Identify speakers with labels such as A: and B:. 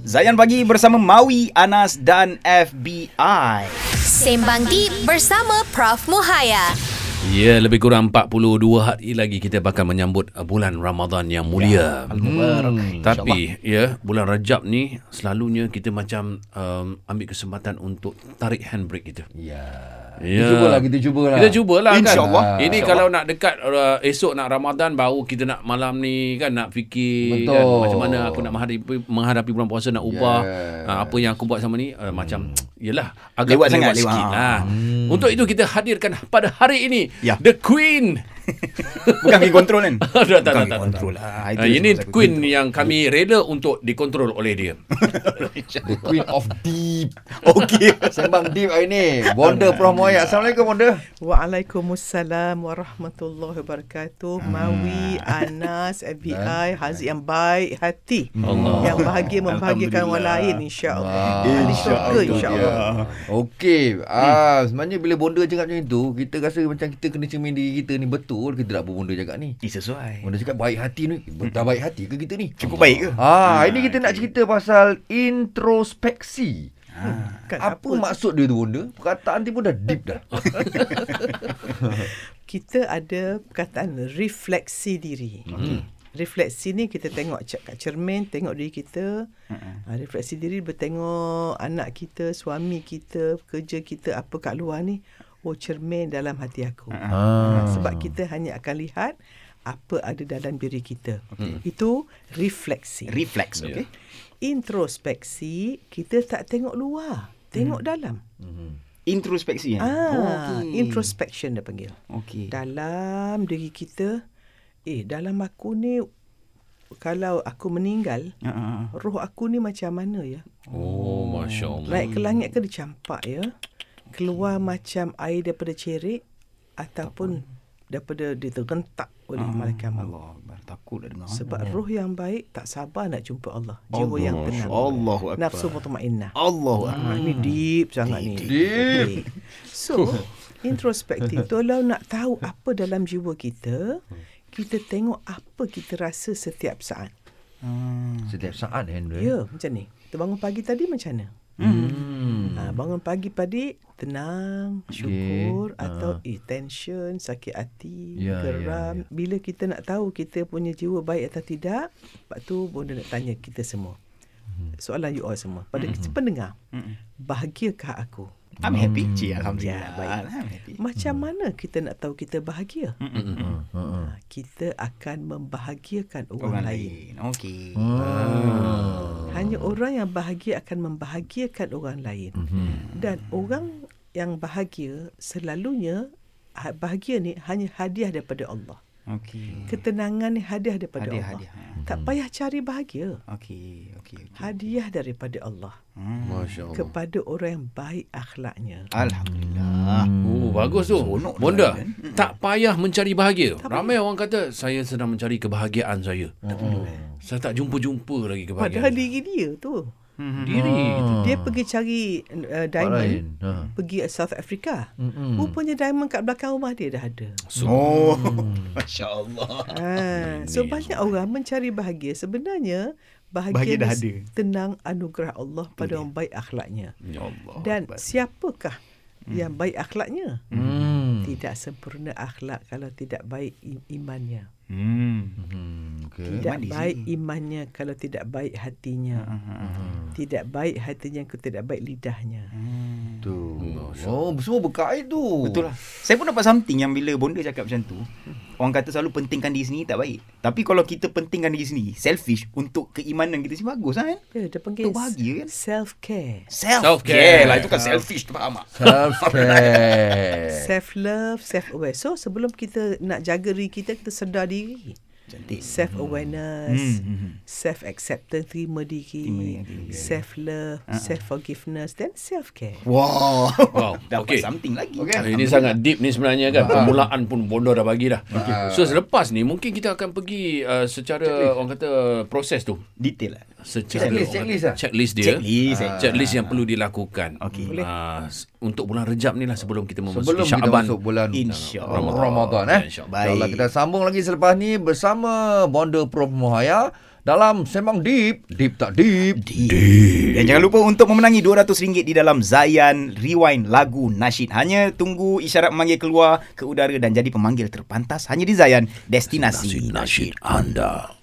A: Zayan Pagi bersama Maui, Anas dan FBI.
B: Sembang Deep bersama Prof Muhaya.
C: Ya, lebih kurang 42 hari lagi kita bakal menyambut uh, bulan Ramadan yang mulia.
A: Hmm.
C: Tapi ya, bulan Rajab ni selalunya kita macam um, ambil kesempatan untuk tarik handbrake kita.
D: Ya.
C: Ya.
D: Kita cubalah, kita cubalah.
C: Kita cubalah kan.
A: InsyaAllah.
C: Ini kalau nak dekat uh, esok nak Ramadan baru kita nak malam ni kan nak fikir
D: Betul.
C: kan macam mana aku nak menghadapi menghadapi bulan puasa nak ubah
D: Yes.
C: uh, apa yang aku buat sama ni uh, macam yalah agak
A: Lewat sangat, lewat.
C: sikit lah. Hmm. Untuk itu kita hadirkan pada hari ini
A: Ya.
C: the queen
A: Bukan pergi kontrol kan? Bukan
C: tak, tak, tak, tak,
A: pergi kontrol lah.
C: tak.
A: Itu
C: Ah,
A: yang
C: Ini
A: saya
C: Queen yang kami rela untuk dikontrol oleh dia.
D: The Queen of Deep.
A: Okey.
D: Sembang Deep hari ni. Bonda Prof Moya. Assalamualaikum Bonda.
E: Waalaikumsalam warahmatullahi wabarakatuh. Mawi, Anas, FBI, Haziq yang baik hati.
C: Allah.
E: Yang bahagia membahagiakan orang
A: Alhamdulillah.
E: lain insya-Allah.
D: Ah,
E: Ahli syurga
D: itu
E: insya-Allah.
D: dia. Okey, ah
A: Hmm.
D: sebenarnya bila bonda cakap macam itu, kita rasa macam kita kena cermin diri kita ni betul kita nak bonda cakap ni.
A: Eh, sesuai.
D: Bonda cakap baik hati ni, dah baik hati ke kita ni?
A: Hmm. Cukup baik ke? Ya,
D: Ah, ini kita nak cerita pasal introspeksi.
A: Ah,
E: Kan,
D: Apa, apa maksud dia tu bonda? Perkataan dia pun dah deep dah.
A: Hmm.
E: kita ada perkataan refleksi diri. Hmm. Refleksi ni kita tengok c- kat cermin, tengok diri kita. Ha, refleksi diri bertengok anak kita, suami kita, kerja kita, apa kat luar ni. Oh cermin dalam hati aku. Ha, sebab kita hanya akan lihat apa ada dalam diri kita. Okay. Itu refleksi.
A: Reflex, okey?
E: Introspeksi, kita tak tengok luar, tengok dalam.
A: Introspeksi kan? Oh,
E: Ah,
A: Okey.
E: introspection dia panggil.
A: Okey.
E: Dalam diri kita, eh dalam aku ni kalau aku meninggal,
A: Ah, ah, ah.
E: roh aku ni macam mana ya?
C: Oh, Masya Allah.
E: Naik ke langit ke dicampak ya? Keluar macam air daripada cerik ataupun daripada ditergentak oleh malaikat maut.
A: Allah Akbar. Takut dah dengar.
E: Sebab roh yang baik tak sabar nak jumpa Allah. Jiwa yang tenang.
A: Allahu Akbar.
E: Nafsu mutmainnah.
A: Allah.
E: Ah, ini deep sangat ni.
D: Deep.
E: Deep. So, introspektif tu kalau nak tahu apa dalam jiwa kita, kita tengok apa kita rasa setiap saat.
D: Setiap saat eh, handle.
E: Ya, macam ni. Kita bangun pagi tadi macam mana? Hmm. Ha, bangun pagi tadi tenang, syukur okay. atau eh, tension, sakit
D: Ah.
E: hati,
D: Ya, ya,
E: geram. Bila kita nak tahu kita punya jiwa baik atau tidak, lepas tu bonda nak tanya kita semua.
D: Hmm.
E: Soalan you all semua. Pada hmm. pendengar. Hmm. Bahagiakah aku?
D: Hmm.
A: I'm happy. Cik, Alhamdulillah.
E: Ya, baik.
A: I'm happy.
E: Macam mana kita nak tahu kita bahagia?
D: Hmm.
A: Mm-mm.
E: Ha, kita akan membahagiakan orang,
A: Orang lain.
E: lain.
A: Okey.
E: Hanya orang yang bahagia akan membahagiakan orang lain. Mm-hmm. Dan orang yang bahagia selalunya ha- bahagia ni hanya hadiah daripada Allah.
A: Okey.
E: Ketenangan ni hadiah daripada
A: Hadiah,
E: Allah.
A: hadiah.
E: Tak payah cari bahagia.
A: Okey. Okey. okey.
E: Hadiah daripada Allah
C: Masya Allah.
E: kepada orang yang baik akhlaknya.
A: Alhamdulillah.
C: Oh, bagus tu.
A: Seronok
C: Bonda,
A: tu,
C: tak payah mencari bahagia. Ramai orang kata, saya sedang mencari kebahagiaan saya. Hmm. Saya tak jumpa-jumpa lagi
E: Padahal
C: kebahagiaan. Hmm.
E: diri dia tu.
C: Diri.
E: Dia pergi cari uh,
D: Lain.
E: diamond.
D: Ha.
E: Pergi South Africa. Mm-hmm. Rupanya diamond kat belakang rumah dia dah ada.
A: Oh. Masya Allah.
E: Ah, so banyak orang mencari bahagia sebenarnya
A: Bahagia
E: bahagia,
A: dah
E: bahagia
A: ada.
E: tenang anugerah Allah pada orang baik akhlaknya.
C: Ya Allah.
E: Dan siapakah
A: Hmm.
E: yang baik akhlaknya?
D: Hmm.
E: Tidak sempurna akhlak kalau tidak baik i- imannya.
A: Hmm.
D: Hmm, okay.
E: Tidak
A: manis
E: baik imannya kalau tidak baik hatinya.
A: Ah, Hmm.
E: Tidak baik hatinya kalau tidak baik lidahnya.
D: Tu. Oh, semua berkait tu.
A: Betul lah. Saya pun dapat something yang bila bonda cakap macam tu. Orang kata selalu pentingkan diri sendiri tak baik. Tapi kalau kita pentingkan diri sendiri, selfish untuk keimanan kita sendiri bagus lah kan?
E: Ya, dia panggil
A: Tu bahagia kan?
E: self care.
A: Self-care,
C: Self-care.
A: lah. Itu kan selfish tu faham tak? Eh.
D: Self-care.
E: Self love, self aware. So sebelum kita nak jaga diri kita kita sedar diri.
A: Cantik.
E: self awareness self acceptance terima
A: Mm, Terima
E: diri
A: diri. Ah,
E: self love self forgiveness then self care
A: Wow.
C: Wow.
A: Dapat kan?
C: Okey.
A: something lagi.
C: Ah, Ini sangat deep ni sebenarnya kan. Permulaan pun Bondo dah bagi dah. So selepas ni mungkin kita akan pergi uh, secara orang kata proses tu.
A: Detail lah.
C: secara orang
D: Checklist, checklist
C: kata-
D: lah.
C: checklist dia
A: Checklist,
C: Ah. checklist yang perlu dilakukan
A: Okey.
C: Boleh. Ah, s- untuk bulan Rejab ni lah sebelum kita memasuki
D: Sebelum kita
C: Syaban
D: masuk bulan
A: InsyaAllah.
D: Ramadan eh.
C: InsyaAllah.
A: Baik.
D: Insyaallah kita sambung lagi selepas ni bersama Bonda Prof Muhaya dalam Sembang Deep. Deep tak deep.
A: Dan jangan lupa untuk memenangi RM200 di dalam Zayan Rewind Lagu Nasyid. Hanya tunggu isyarat memanggil keluar ke udara dan jadi pemanggil terpantas hanya di Zayan Destinasi Nasyid.
C: Nasib anda.